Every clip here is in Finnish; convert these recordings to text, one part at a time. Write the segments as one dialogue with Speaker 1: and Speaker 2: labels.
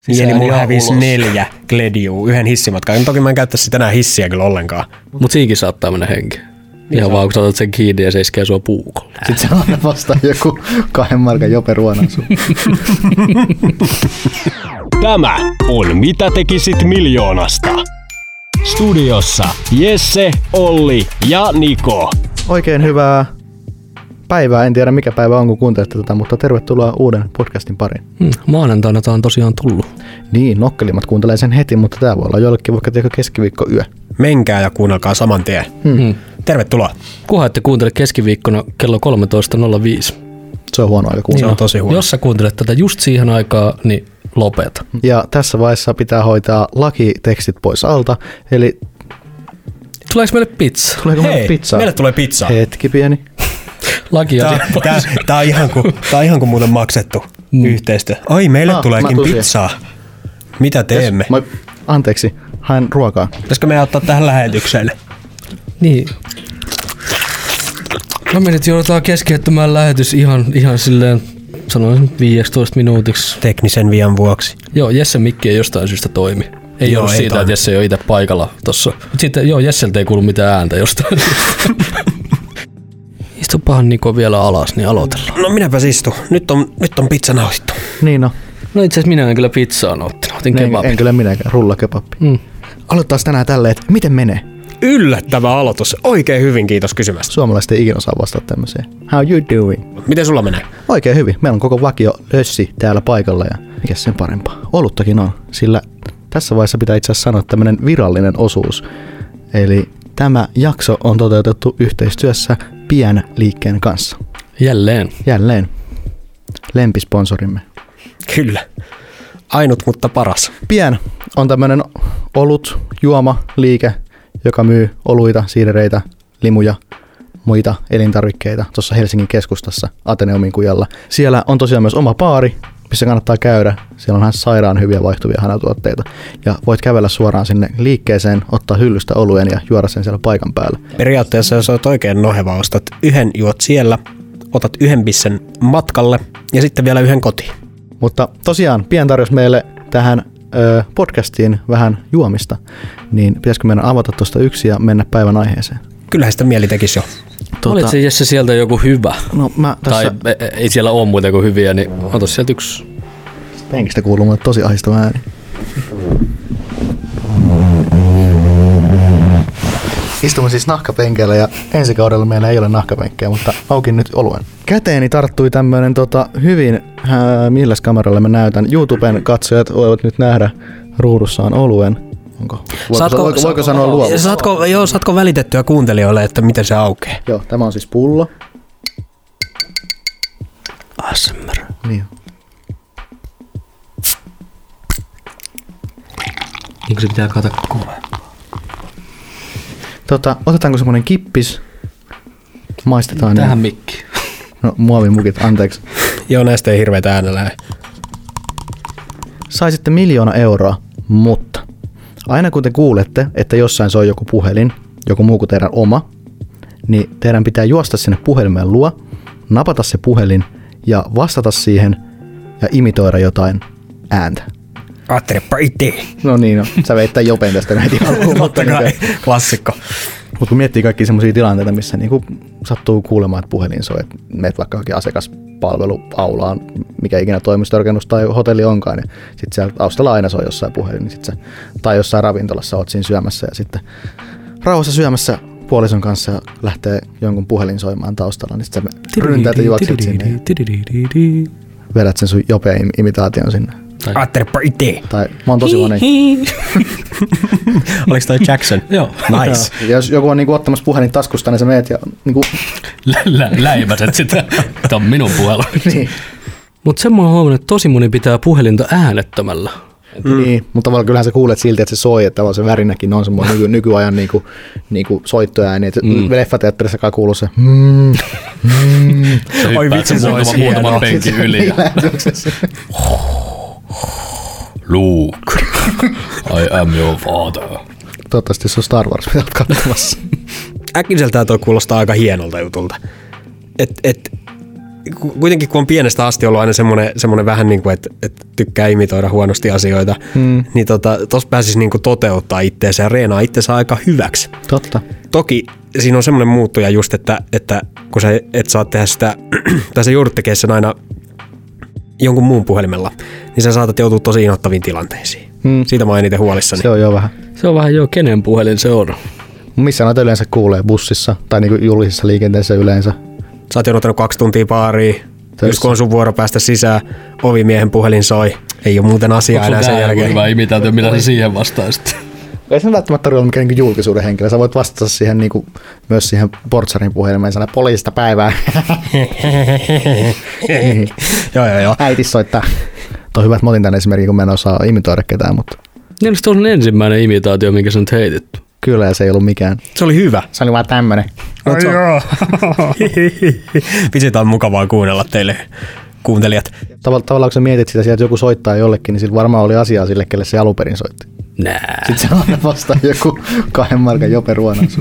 Speaker 1: Siis
Speaker 2: Siis
Speaker 1: niin, eli
Speaker 2: ääni
Speaker 1: mulla
Speaker 2: ihan
Speaker 1: hävisi
Speaker 2: ulos.
Speaker 1: neljä glediuu yhden hissimatkan. Toki mä en käyttäisi sitä enää hissiä kyllä ollenkaan.
Speaker 3: Mut siinkin saattaa mennä henki.
Speaker 1: Niin
Speaker 3: Ihan vaan kun sä otat sen kiinni ja se iskee sua puukolla.
Speaker 2: Sitten se on vasta joku kahden markan jope ruonan sun.
Speaker 4: Tämä on Mitä tekisit miljoonasta. Studiossa Jesse, Olli ja Niko.
Speaker 2: Oikein hyvää päivää. En tiedä mikä päivä on, kun kuuntelette tätä, mutta tervetuloa uuden podcastin pariin.
Speaker 3: Hmm, maanantaina tää on tosiaan tullut.
Speaker 2: Niin, nokkelimmat kuuntelee sen heti, mutta tää voi olla jollekin vaikka tiedä keskiviikko yö.
Speaker 1: Menkää ja kuunnelkaa saman tien.
Speaker 3: Hmm.
Speaker 1: Tervetuloa.
Speaker 3: Kunhan ette kuuntele keskiviikkona kello 13.05.
Speaker 2: Se on huono aika
Speaker 1: Se
Speaker 2: kuunnella.
Speaker 1: on tosi huono.
Speaker 3: Jos sä kuuntelet tätä just siihen aikaan, niin lopeta.
Speaker 2: Ja tässä vaiheessa pitää hoitaa lakitekstit pois alta. Eli
Speaker 3: Tuleeko meille pizza?
Speaker 2: tuleeko meille
Speaker 1: Hei,
Speaker 2: pizzaa?
Speaker 1: meille tulee pizzaa.
Speaker 2: Hetki pieni.
Speaker 3: Lakia.
Speaker 1: Tää, tää, tää, on ihan kuin, tää on ihan kuin muuten maksettu mm. yhteistyö. Ai, meille
Speaker 2: Ah,
Speaker 1: ah,
Speaker 2: mä
Speaker 1: tuleekin
Speaker 2: tulin.
Speaker 1: pizzaa. Mitä teemme?
Speaker 2: Moi. Anteeksi, haen ruokaa.
Speaker 1: Pitäisikö meidän ottaa tähän lähetykseen?
Speaker 3: Niin. No me nyt joudutaan keskeyttämään lähetys ihan, ihan silleen, sanoisin 15 minuutiksi.
Speaker 1: Teknisen vian vuoksi.
Speaker 3: Joo, Jesse mikki ei jostain syystä toimi.
Speaker 1: Joo,
Speaker 3: Ei joo, ollut
Speaker 1: ei
Speaker 3: siitä,
Speaker 1: toimi.
Speaker 3: että Jesse ei ole itse paikalla tossa. Mut sitten, joo, Jesseltä ei kuulu mitään ääntä jostain syystä. Istupahan Niko vielä alas, niin aloitellaan.
Speaker 1: No minäpä istu. Nyt on, nyt on pizza nauhittu.
Speaker 2: Niin no,
Speaker 3: No itse asiassa minä en kyllä pizzaa ottanut, otin
Speaker 2: en,
Speaker 3: kebabin.
Speaker 2: en kyllä minäkään. Rullakebappi.
Speaker 3: Mm.
Speaker 2: Aloittaa tänään tälleen, että miten menee?
Speaker 1: Yllättävä aloitus. Oikein hyvin, kiitos kysymästä.
Speaker 2: Suomalaiset ei ikinä saa vastata tämmöiseen. How you doing?
Speaker 1: Miten sulla menee?
Speaker 2: Oikein hyvin. Meillä on koko vakio lössi täällä paikalla ja mikä sen parempaa. Oluttakin on, sillä tässä vaiheessa pitää itse asiassa sanoa tämmöinen virallinen osuus. Eli tämä jakso on toteutettu yhteistyössä Pian liikkeen kanssa.
Speaker 3: Jälleen.
Speaker 2: Jälleen lempisponsorimme.
Speaker 1: Kyllä. Ainut, mutta paras.
Speaker 2: Pian on tämmöinen olut juoma liike, joka myy oluita, siidereitä, limuja, muita elintarvikkeita tuossa Helsingin keskustassa Ateneumin kujalla. Siellä on tosiaan myös oma baari, missä kannattaa käydä. Siellä on ihan sairaan hyviä vaihtuvia hanatuotteita. Ja voit kävellä suoraan sinne liikkeeseen, ottaa hyllystä oluen ja juoda sen siellä paikan päällä.
Speaker 1: Periaatteessa jos olet oikein noheva, ostat yhden juot siellä, otat yhden bissen matkalle ja sitten vielä yhden kotiin.
Speaker 2: Mutta tosiaan, Pian tarjosi meille tähän ö, podcastiin vähän juomista, niin pitäisikö meidän avata tuosta yksi ja mennä päivän aiheeseen?
Speaker 1: Kyllähän sitä mieli tekisi jo.
Speaker 3: Tuota... Olit se Jesse sieltä joku hyvä?
Speaker 2: No mä tässä...
Speaker 3: Tässä... Tai e- ei siellä ole muita kuin hyviä, niin ota sieltä yksi.
Speaker 2: Penkistä kuuluu mulle tosi ahistava ääni. Istumme siis nahkapenkeillä ja ensi kaudella meillä ei ole nahkapenkkejä, mutta aukin nyt oluen. Käteeni tarttui tämmönen tota, hyvin, ää, milläs kameralla mä näytän. YouTuben katsojat voivat nyt nähdä ruudussaan oluen. Onko? Voiko,
Speaker 1: Saatko-
Speaker 2: voiko, voiko sanoa luovu?
Speaker 1: Saatko, joo, saatko välitettyä kuuntelijoille, että miten se aukeaa?
Speaker 2: Joo, tämä on siis pullo.
Speaker 3: ASMR.
Speaker 2: Niin.
Speaker 3: Niin se pitää kata kovaa.
Speaker 2: Tota, otetaanko semmonen kippis? Maistetaan.
Speaker 3: Tähän
Speaker 2: niin.
Speaker 3: mikki.
Speaker 2: No, muovimukit, anteeksi.
Speaker 1: Joo, näistä ei hirveitä äänellä.
Speaker 2: saisitte miljoona euroa, mutta aina kun te kuulette, että jossain soi joku puhelin, joku muu kuin teidän oma, niin teidän pitää juosta sinne puhelimen luo, napata se puhelin ja vastata siihen ja imitoida jotain ääntä.
Speaker 1: Aatterepa itse.
Speaker 2: No niin, no. sä veit tämän jopen tästä näin heti alkuun.
Speaker 1: Totta kai, klassikko.
Speaker 2: Mutta kun miettii kaikki sellaisia tilanteita, missä niinku sattuu kuulemaan, että puhelin soi, että meet vaikka johonkin asiakaspalveluaulaan, mikä ikinä toimistorakennus tai hotelli onkaan, niin sitten siellä taustalla aina soi jossain puhelin, niin sit sä, tai jossain ravintolassa oot siinä syömässä ja sitten rauhassa syömässä puolison kanssa ja lähtee jonkun puhelin soimaan taustalla, niin sitten sä ryntäät ja juokset sinne ja vedät sen sun jopea im- imitaation sinne.
Speaker 1: Aatterepa itse.
Speaker 2: Tai mä oon tosi monen.
Speaker 1: Oliko toi Jackson?
Speaker 3: Joo.
Speaker 1: Nice.
Speaker 2: Ja jos joku on niinku ottamassa puhelin taskusta, niin sä meet ja niinku,
Speaker 3: Lä- lä- läimäset sitä. Tämä on minun puhelu.
Speaker 2: niin.
Speaker 3: Mutta sen mä oon huomannut, että tosi moni pitää puhelinta äänettömällä.
Speaker 2: Mm. Niin, mutta tavallaan kyllähän sä kuulet silti, että se soi, että tavallaan se värinäkin on semmoinen nyky, nykyajan niinku, niinku soittoääni, että mm. leffateatterissakaan kuuluu se mm,
Speaker 1: Oi hyppäät vitsi, sen se muutama- olisi muutaman hienoa.
Speaker 3: penkin yli. Luke, I am your father.
Speaker 2: Toivottavasti se on Star Wars, mitä oot katsomassa.
Speaker 1: Äkkiseltään toi kuulostaa aika hienolta jutulta. Et, et, ku- kuitenkin kun on pienestä asti ollut aina semmoinen, semmoinen vähän niin kuin, että, että tykkää imitoida huonosti asioita, mm. niin tota, tossa pääsisi niin kuin toteuttaa itteensä ja reenaa itseensä aika hyväksi.
Speaker 2: Totta.
Speaker 1: Toki siinä on semmoinen muuttuja just, että, että kun sä et saa tehdä sitä, tai sä joudut tekemään sen aina jonkun muun puhelimella, niin sä saatat joutua tosi inhottaviin tilanteisiin. Hmm. Siitä mä oon eniten huolissani.
Speaker 2: Se on jo vähän.
Speaker 3: Se on vähän jo kenen puhelin se on.
Speaker 2: Missä näitä yleensä kuulee? Bussissa tai niinku julkisessa liikenteessä yleensä?
Speaker 1: Sä oot jonottanut kaksi tuntia baariin, just kun on sun vuoro päästä sisään, ovimiehen puhelin soi, ei ole muuten asiaa enää sen jälkeen.
Speaker 3: hyvä imitaatio, mitä sä siihen vastaisit?
Speaker 2: Ei sen välttämättä tarvitse olla mikään niinku julkisuuden henkilö. Sä voit vastata siihen niinku, myös siihen portsarin puhelimeen sanoa poliisista päivää.
Speaker 1: Joo, joo, joo.
Speaker 2: Äiti soittaa. Tuo on hyvä, että mä otin tämän esimerkin, kun mä en osaa imitoida ketään, mutta
Speaker 3: Niin se on ensimmäinen imitaatio, minkä sä nyt heitit.
Speaker 2: kyllä ja se ei ollut mikään.
Speaker 1: Se oli hyvä.
Speaker 2: Se oli vaan tämmönen.
Speaker 1: Ai joo. Vitsi, tää on mukavaa kuunnella teille kuuntelijat.
Speaker 2: Tavall- tavallaan kun sä mietit sitä, sieltä joku soittaa jollekin, niin sillä varmaan oli asiaa sille, kelle se alun perin soitti.
Speaker 3: Nää.
Speaker 2: Sitten se aina vastaa joku kahden markan jope ruonansu.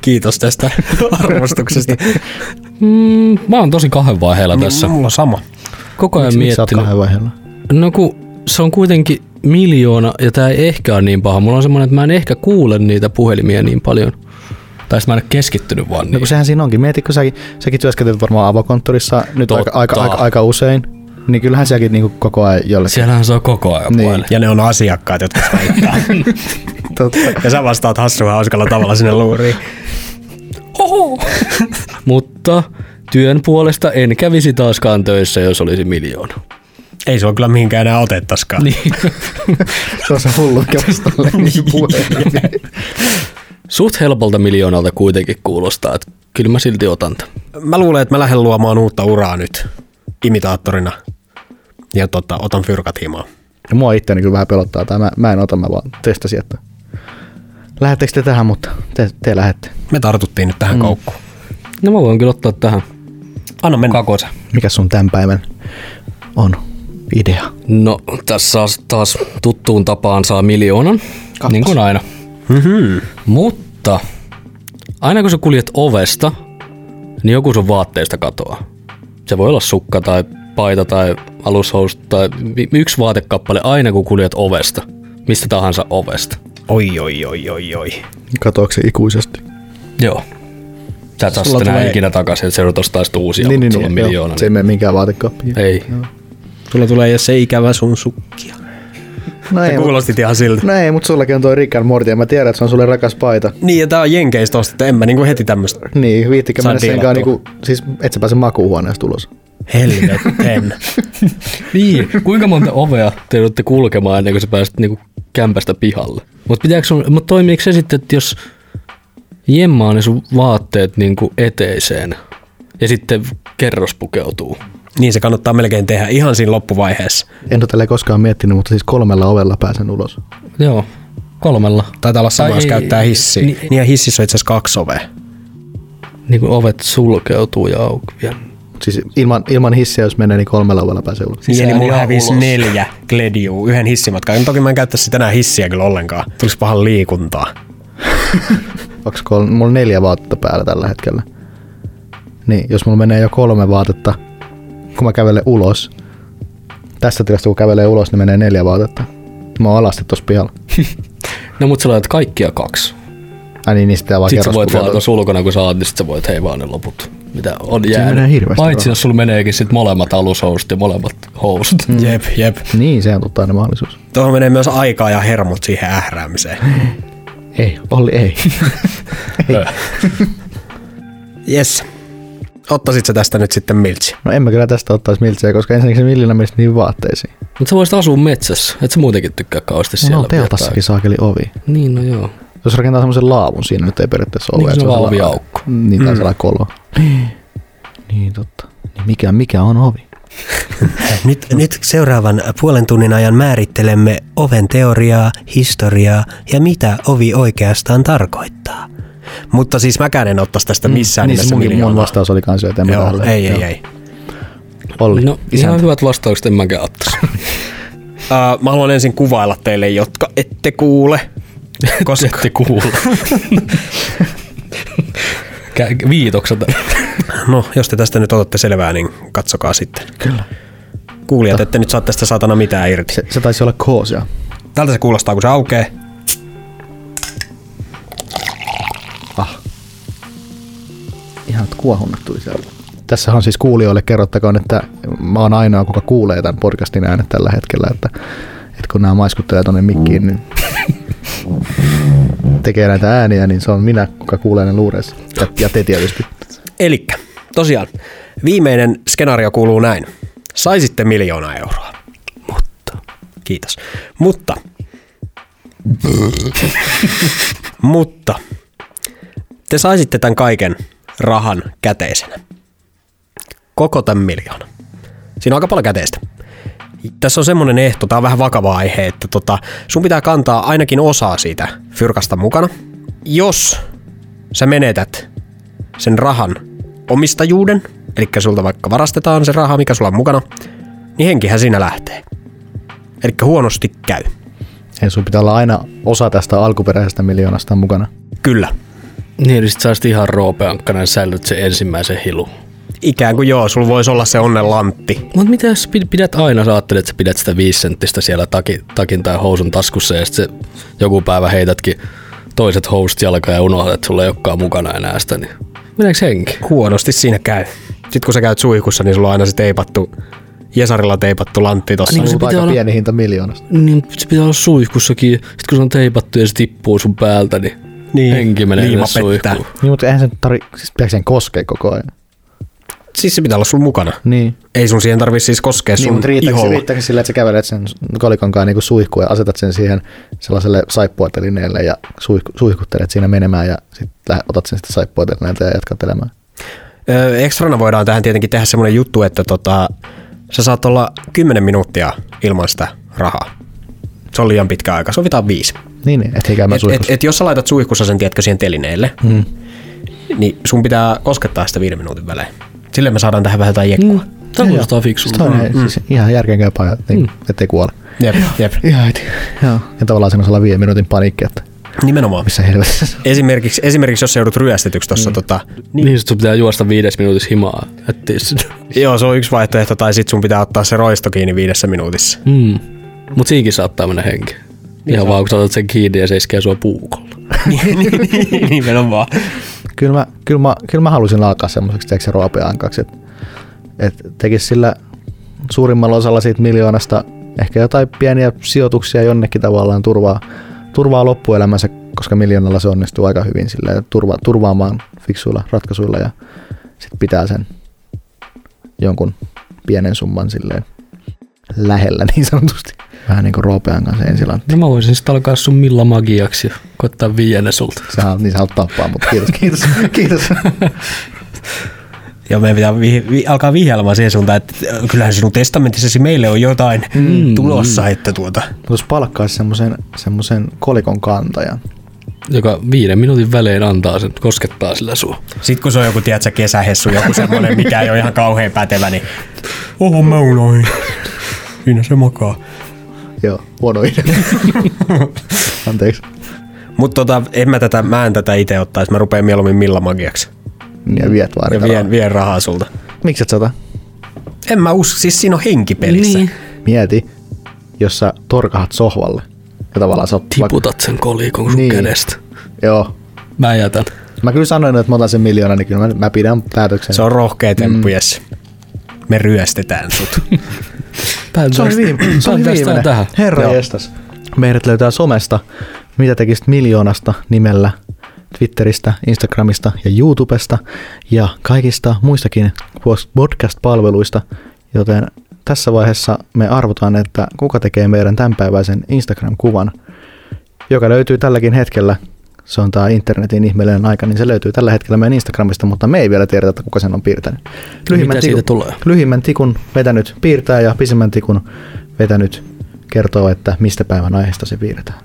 Speaker 1: Kiitos tästä arvostuksesta.
Speaker 3: Mm, mä oon tosi kahden vaiheella tässä.
Speaker 1: Mulla on sama.
Speaker 3: Koko ajan
Speaker 2: Niin. Miksi sä oot
Speaker 3: miettinyt.
Speaker 2: kahden vaiheella?
Speaker 3: No kun se on kuitenkin miljoona ja tää ei ehkä ole niin paha. Mulla on semmoinen, että mä en ehkä kuule niitä puhelimia niin paljon. Tai sit mä en ole keskittynyt vaan
Speaker 2: No
Speaker 3: niin.
Speaker 2: kun sehän siinä onkin. Mieti, kun säkin, säkin työskentelet varmaan avokonttorissa nyt aika,
Speaker 3: Totta.
Speaker 2: aika, aika, aika, usein, niin kyllähän säkin niinku koko ajan jollekin.
Speaker 3: Siellähän se on koko ajan
Speaker 2: Niin.
Speaker 3: niin.
Speaker 1: Ja ne on asiakkaat, jotka soittaa.
Speaker 2: Totta.
Speaker 1: ja sä vastaat hassua hauskalla tavalla sinne luuriin.
Speaker 3: Mutta työn puolesta en kävisi taaskaan töissä, jos olisi miljoona.
Speaker 1: Ei sua kyllä mihinkään enää otettaskaan.
Speaker 3: Niin.
Speaker 2: Se on se hullu kevastalle niin puhelin.
Speaker 3: Suht helpolta miljoonalta kuitenkin kuulostaa, että kyllä mä silti otan tän.
Speaker 1: Mä luulen, että mä lähden luomaan uutta uraa nyt imitaattorina. Ja tota, otan fyrkat himaan.
Speaker 2: No mua itteeni kyllä vähän pelottaa. Tää mä, mä en ota, mä vaan testasin, että lähettekö te tähän, mutta te, te lähette.
Speaker 1: Me tartuttiin nyt tähän mm. koukkuun.
Speaker 3: No mä voin kyllä ottaa tähän
Speaker 1: Anna mennä.
Speaker 3: kakosa.
Speaker 2: Mikä sun tämän päivän on idea?
Speaker 3: No tässä taas- taas tuttuun tapaan saa miljoonan, Kappas. niin kuin aina. Mutta aina kun sä kuljet ovesta, niin joku sun vaatteista katoaa. Se voi olla sukka tai paita tai alushousut tai vi- yksi vaatekappale aina kun kuljet ovesta, mistä tahansa ovesta.
Speaker 1: Oi, oi, oi, oi, oi.
Speaker 2: Katoako se ikuisesti?
Speaker 3: Joo. Sä et
Speaker 1: Sulla
Speaker 3: saa sitten enää
Speaker 1: tulee-
Speaker 3: ikinä takaisin, että se joudut ostaa sitten uusia, niin, niin, sulla on
Speaker 2: joo.
Speaker 3: miljoona.
Speaker 2: Se ei mene minkään vaatekaappiin.
Speaker 3: Ei.
Speaker 1: Sulla tulee jo se ikävä sun sukkia.
Speaker 2: No
Speaker 1: Sä
Speaker 2: ei, mut,
Speaker 1: kuulostit ihan siltä.
Speaker 2: no ei, mutta sullakin on toi Rick and Morty ja mä tiedän, että se on sulle rakas paita.
Speaker 1: Niin, ja tää on jenkeistä ostettu. En mä niinku heti tämmöstä.
Speaker 2: Niin, viittikö
Speaker 1: Sain
Speaker 2: mennä senkaan,
Speaker 1: tilattua.
Speaker 2: niinku, siis et sä pääse makuuhuoneesta ulos.
Speaker 1: Helvetten.
Speaker 3: Niin, kuinka monta ovea te joudutte kulkemaan ennen kuin sä pääset niinku kämpästä pihalle? Mutta pitääkö sun, mut toimiiko se sitten, että jos jemmaa ne sun vaatteet niinku eteiseen ja sitten kerros pukeutuu?
Speaker 1: niin se kannattaa melkein tehdä ihan siinä loppuvaiheessa.
Speaker 2: En ole tällä koskaan miettinyt, mutta siis kolmella ovella pääsen ulos.
Speaker 3: Joo, kolmella.
Speaker 1: Taitaa olla sama,
Speaker 3: Tai
Speaker 1: jos
Speaker 3: ei-
Speaker 1: käyttää hissiä. Niin,
Speaker 3: niin- Siis
Speaker 1: niin ja hississä on itse asiassa kaksi ovea.
Speaker 3: Niinku ovet sulkeutuu ja auki vielä.
Speaker 2: Mut Siis ilman, ilman hissiä, jos menee, niin kolmella ovella pääsee ulos.
Speaker 1: Niin,
Speaker 3: Sisään
Speaker 1: eli mulla
Speaker 3: ja
Speaker 1: hävisi
Speaker 3: ulos.
Speaker 1: neljä gledjuu yhden hissimatkan. Toki mä en käyttäisi sitä enää hissiä kyllä ollenkaan. Tulisi pahan liikuntaa.
Speaker 2: Onks kolme, mulla on neljä vaatetta päällä tällä hetkellä. Niin, jos mulla menee jo kolme vaatetta, kun mä kävelen ulos, tästä tilasta kun kävelee ulos, niin menee neljä vaatetta. Mä oon alasti tossa pihalla.
Speaker 3: No mut sä laitat kaikkia kaksi.
Speaker 2: Ai niin, niin sitä vaan
Speaker 3: Sitten sä
Speaker 2: kerros
Speaker 3: voit vaan
Speaker 2: pukeutua.
Speaker 3: tuossa ulkona, kun sä oot, niin sit sä voit heivaa ne loput, mitä on
Speaker 2: Siinä menee
Speaker 3: jäänyt.
Speaker 2: hirveästi
Speaker 3: Paitsi
Speaker 2: rahaa.
Speaker 3: jos sulla meneekin sit molemmat alushousut ja molemmat housut.
Speaker 2: Mm.
Speaker 1: Jep, jep.
Speaker 2: Niin, se on totta aina mahdollisuus.
Speaker 1: Tuohon menee myös aikaa ja hermot siihen ähräämiseen.
Speaker 2: Ei, Olli ei.
Speaker 1: Yes. Ottaisit sä tästä nyt sitten miltsi?
Speaker 2: No en mä kyllä tästä ottaisi miltsiä, koska ensinnäkin se millinä menisi niin vaatteisiin.
Speaker 3: Mutta sä voisit asua metsässä, et sä muutenkin tykkää kauheasti siellä.
Speaker 2: No, no
Speaker 3: viettää
Speaker 2: teltassakin saakeli ovi.
Speaker 3: aikaa. Niin, no joo.
Speaker 2: Jos rakentaa semmoisen laavun, siinä nyt ei periaatteessa ole.
Speaker 3: Niin,
Speaker 2: että
Speaker 3: se on vaan
Speaker 2: sellainen-
Speaker 3: oviaukko.
Speaker 2: Niin,
Speaker 1: Mm.
Speaker 2: tai sellainen kolva. Niin, totta. Niin mikä, mikä on ovi?
Speaker 1: Nyt, nyt seuraavan puolen tunnin ajan määrittelemme oven teoriaa, historiaa ja mitä ovi oikeastaan tarkoittaa. Mutta siis mäkään en ottaisi tästä missään
Speaker 2: niin, se
Speaker 1: nimessä
Speaker 2: mun, mun
Speaker 1: miljoonaa.
Speaker 2: vastaus oli kans jo, että en mä
Speaker 1: Joo,
Speaker 2: tähän-
Speaker 1: ei,
Speaker 2: joo.
Speaker 1: ei, ei.
Speaker 2: Olli,
Speaker 3: No, ihan hyvät vastaukset en mäkään ottaisi.
Speaker 1: Äh, mä haluan ensin kuvailla teille, jotka ette kuule. Koska,
Speaker 3: Ette kuulla. Kä- viitokselta.
Speaker 1: No, jos te tästä nyt otatte selvää, niin katsokaa sitten.
Speaker 2: Kyllä.
Speaker 1: Kuulijat, ette nyt saa tästä satana mitään irti.
Speaker 2: Se, se taisi olla koosia.
Speaker 1: Tältä se kuulostaa, kun se aukeaa.
Speaker 2: Ah. Ihan kuohunnat tuli sieltä. Tässähän on siis kuulijoille kerrottakoon, että mä oon ainoa, kuka kuulee tämän podcastin äänet tällä hetkellä, että, että kun nämä maiskuttelee tonne mikkiin, niin tekee näitä ääniä, niin se on minä, kuka kuulee ne luureissa. Ja, ja te tietysti.
Speaker 1: Elikkä, tosiaan, viimeinen skenaario kuuluu näin. Saisitte miljoonaa euroa. Mutta. Kiitos. Mutta. mutta. Te saisitte tämän kaiken rahan käteisenä. Koko tämän miljoona. Siinä on aika paljon käteistä. Tässä on semmoinen ehto, tämä on vähän vakava aihe, että tota, sun pitää kantaa ainakin osaa siitä fyrkasta mukana. Jos sä menetät sen rahan omistajuuden, eli sulta vaikka varastetaan se raha, mikä sulla on mukana, niin henkihän siinä lähtee. Eli huonosti käy.
Speaker 2: Ei sun pitää olla aina osa tästä alkuperäisestä miljoonasta mukana.
Speaker 1: Kyllä.
Speaker 3: niin, niin sit sä olisit ihan roopeankkainen säilyt sen ensimmäisen hilu.
Speaker 1: Ikään kuin joo, sulla voisi olla se onnen lantti.
Speaker 3: Mut mitä jos pid- pidät aina, sä ajattelet, että sä pidät sitä viisi senttistä siellä takin, takin tai housun taskussa ja sit se joku päivä heitätkin toiset housut jalkaan ja unohdat, että sulla ei olekaan mukana enää sitä, niin meneekö henki?
Speaker 1: Huonosti siinä käy. Sitten kun sä käyt suihkussa, niin sulla on aina se teipattu, Jesarilla teipattu lantti tossa.
Speaker 3: Niin.
Speaker 1: Niin.
Speaker 3: Se
Speaker 2: Se on
Speaker 3: pitää
Speaker 2: aika
Speaker 3: olla-
Speaker 2: olla... pieni hinta miljoonasta.
Speaker 3: Niin, se pitää olla suihkussakin. Sitten kun se on teipattu ja se tippuu sun päältä, niin,
Speaker 1: Niin,
Speaker 3: henki menee
Speaker 1: liima
Speaker 3: sinne
Speaker 1: pettää.
Speaker 3: suihkuun.
Speaker 2: Niin, mutta eihän sen tarvi, siis pitääkö sen koskea koko ajan?
Speaker 1: Siis se pitää olla sulla mukana.
Speaker 2: Niin.
Speaker 1: Ei sun siihen tarvi siis koskea
Speaker 2: Niin,
Speaker 1: sun
Speaker 2: mutta riittääkö, se-
Speaker 1: iholla.
Speaker 2: riittääkö sillä, että sä kävelet sen kolikonkaan niin suihkuun ja asetat sen siihen sellaiselle saippuatelineelle ja suihku, suihkuttelet siinä menemään ja sitten otat sen sitten saippuatelineeltä ja jatkat elämään.
Speaker 1: Öö, ekstrana voidaan tähän tietenkin tehdä semmoinen juttu, että tota, sä saat olla 10 minuuttia ilman sitä rahaa. Se on liian pitkä aika, sovitaan viisi.
Speaker 2: Niin, niin et käymään
Speaker 1: Et, et,
Speaker 2: suihkussa.
Speaker 1: et, jos sä laitat suihkussa sen, tiedätkö, siihen telineelle, hmm. niin sun pitää koskettaa sitä viiden minuutin välein. Silleen me saadaan tähän vähän jotain jekkua. Mm.
Speaker 3: Tämä kuulostaa fiksulta.
Speaker 2: Toi on mm. siis ihan järkeenkäypää, ja niin, ettei kuole.
Speaker 1: Jep, jep.
Speaker 2: Ihan heti. Joo. Ja tavallaan semmoisella viiden minuutin paniikki, että
Speaker 1: Nimenomaan.
Speaker 2: missä helvetissä se on.
Speaker 1: Esimerkiksi, esimerkiksi jos sä joudut ryöstetyksi tuossa, tota,
Speaker 3: Niin, niin sit sun pitää juosta viides minuutissa himaa. Ettis.
Speaker 1: joo, se on yksi vaihtoehto, tai sit sun pitää ottaa se roisto kiinni viidessä minuutissa.
Speaker 3: Mm. Mut siinkin saattaa mennä henki.
Speaker 2: Niin
Speaker 3: Ihan vaan kun sä otat sen kiinni ja se iskee sua puukolla.
Speaker 1: Niin, Nimenomaan.
Speaker 2: Kyllä mä, kyllä mä, kyllä mä halusin alkaa semmoiseksi teeksi roopeankaksi, että et tekisi sillä suurimmalla osalla siitä miljoonasta ehkä jotain pieniä sijoituksia jonnekin tavallaan turvaa, turvaa loppuelämänsä, koska miljoonalla se onnistuu aika hyvin sillä turva, turvaamaan fiksuilla ratkaisuilla ja sitten pitää sen jonkun pienen summan silleen lähellä niin sanotusti. Vähän niin kuin roopean kanssa ensilantti.
Speaker 3: No mä voisin sitten alkaa sun milla magiaksi ja koittaa viienne sulta.
Speaker 2: Sähän, niin sä haluat tappaa, mutta kiitos, kiitos, kiitos.
Speaker 1: Ja meidän pitää vi- vi- alkaa vihjailemaan siihen suuntaan, että äh, kyllähän sinun testamentissasi meille on jotain mm, tulossa, mm. että tuota.
Speaker 2: Jos palkkaisi semmoisen semmosen kolikon kantajan.
Speaker 3: Joka viiden minuutin välein antaa sen, koskettaa sillä sua.
Speaker 1: Sitten kun se on joku, tiedätkö, kesähessu, joku semmoinen, mikä ei ole ihan kauhean pätevä, niin oho, mä unoin. Siinä se makaa.
Speaker 2: Joo, huono idea. Anteeksi.
Speaker 1: Mutta tota, en mä tätä, mä en tätä itse ottaisi, mä rupean mieluummin milla magiaksi.
Speaker 2: Ja viet vaan.
Speaker 1: Ja
Speaker 2: rahaa.
Speaker 1: vien, vien rahaa sulta.
Speaker 2: Miksi et sata?
Speaker 1: En mä usko, siis siinä on henki pelissä. Niin.
Speaker 2: Mieti, jos sä torkahat sohvalle. Ja tavallaan sä oot
Speaker 3: Tiputat sen kolikon sun
Speaker 2: Niin.
Speaker 3: niin. kädestä.
Speaker 2: vaikka- Joo.
Speaker 3: Mä jätän.
Speaker 2: Mä kyllä sanoin, että mä otan sen miljoona, niin kyllä mä, mä pidän päätöksen.
Speaker 1: Se on rohkea temppu, mm. Jesse. Me ryöstetään sut.
Speaker 2: se oli, viime, se oli
Speaker 3: päästään
Speaker 2: viimeinen.
Speaker 3: tähän.
Speaker 2: Herra
Speaker 3: Joo.
Speaker 2: jestas. Meidät löytää somesta, mitä tekisit miljoonasta nimellä Twitteristä, Instagramista ja YouTubesta ja kaikista muistakin pos- podcast-palveluista, joten tässä vaiheessa me arvotaan, että kuka tekee meidän tämänpäiväisen Instagram-kuvan, joka löytyy tälläkin hetkellä. Se on tämä internetin ihmeellinen aika, niin se löytyy tällä hetkellä meidän Instagramista, mutta me ei vielä tiedetä, että kuka sen on piirtänyt.
Speaker 3: Niin, Mitä siitä tulee?
Speaker 2: Lyhimmän tikun vetänyt piirtää ja pisimmän tikun vetänyt kertoo, että mistä päivän aiheesta se piirretään.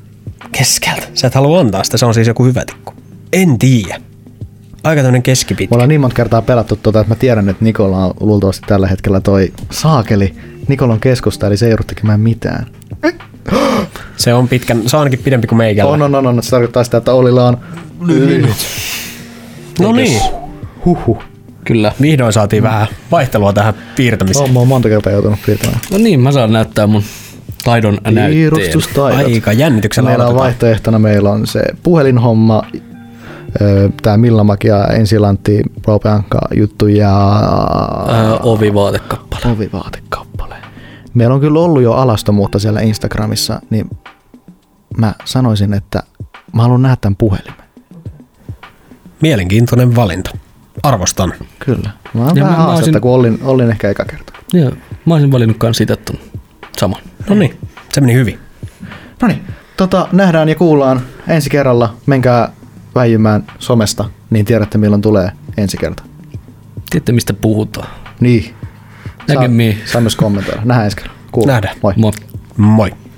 Speaker 1: Keskeltä. Sä et halua antaa sitä, se on siis joku hyvä tikku. En tiedä. Aika tämmönen
Speaker 2: Me
Speaker 1: keskipitkä.
Speaker 2: ollaan niin monta kertaa pelattu tuota, että mä tiedän, että Nikola on luultavasti tällä hetkellä toi saakeli Nikolon keskusta, eli se ei joudu tekemään mitään.
Speaker 1: Se on pitkän, se on ainakin pidempi kuin meikällä.
Speaker 2: On, on, on, on. Se tarkoittaa sitä, että Ollilla on
Speaker 1: No niin.
Speaker 2: Huhhuh.
Speaker 3: Kyllä.
Speaker 1: Vihdoin saatiin vähän vaihtelua tähän piirtämiseen.
Speaker 2: Olen, mä oon monta kertaa joutunut piirtämään.
Speaker 3: No niin, mä saan näyttää mun taidon näytteen.
Speaker 2: Piirustustaidot.
Speaker 1: Aika jännityksellä
Speaker 2: Meillä on
Speaker 1: odotetaan.
Speaker 2: vaihtoehtona meillä on se puhelinhomma, tämä Millamakia, Ensilantti, Propeanka juttu ja
Speaker 3: Öö, ovivaatekappale.
Speaker 2: ovivaatekappale. Meillä on kyllä ollut jo alastomuutta siellä Instagramissa, niin mä sanoisin, että mä haluan nähdä tämän puhelimen.
Speaker 1: Mielenkiintoinen valinta. Arvostan.
Speaker 2: Kyllä. Mä oon
Speaker 3: Ja
Speaker 2: vähän
Speaker 3: mä- mä
Speaker 2: haastetta,
Speaker 3: olisin-
Speaker 2: kun Ollin, Ollin ehkä eka kerta.
Speaker 3: Joo, mä olisin valinnut kans itse ton saman.
Speaker 1: No niin, se meni hyvin.
Speaker 2: No niin, tota, nähdään ja kuullaan ensi kerralla. Menkää väijymään somesta, niin tiedätte milloin tulee ensi kerta.
Speaker 3: Tiedätte mistä puhutaan.
Speaker 2: Niin.
Speaker 3: Näkemiin.
Speaker 2: Saa, saa myös kommentoida. Nähdään ensi kerralla. Kuullaan.
Speaker 1: Nähdään.
Speaker 2: Moi.
Speaker 3: Moi.
Speaker 1: Moi.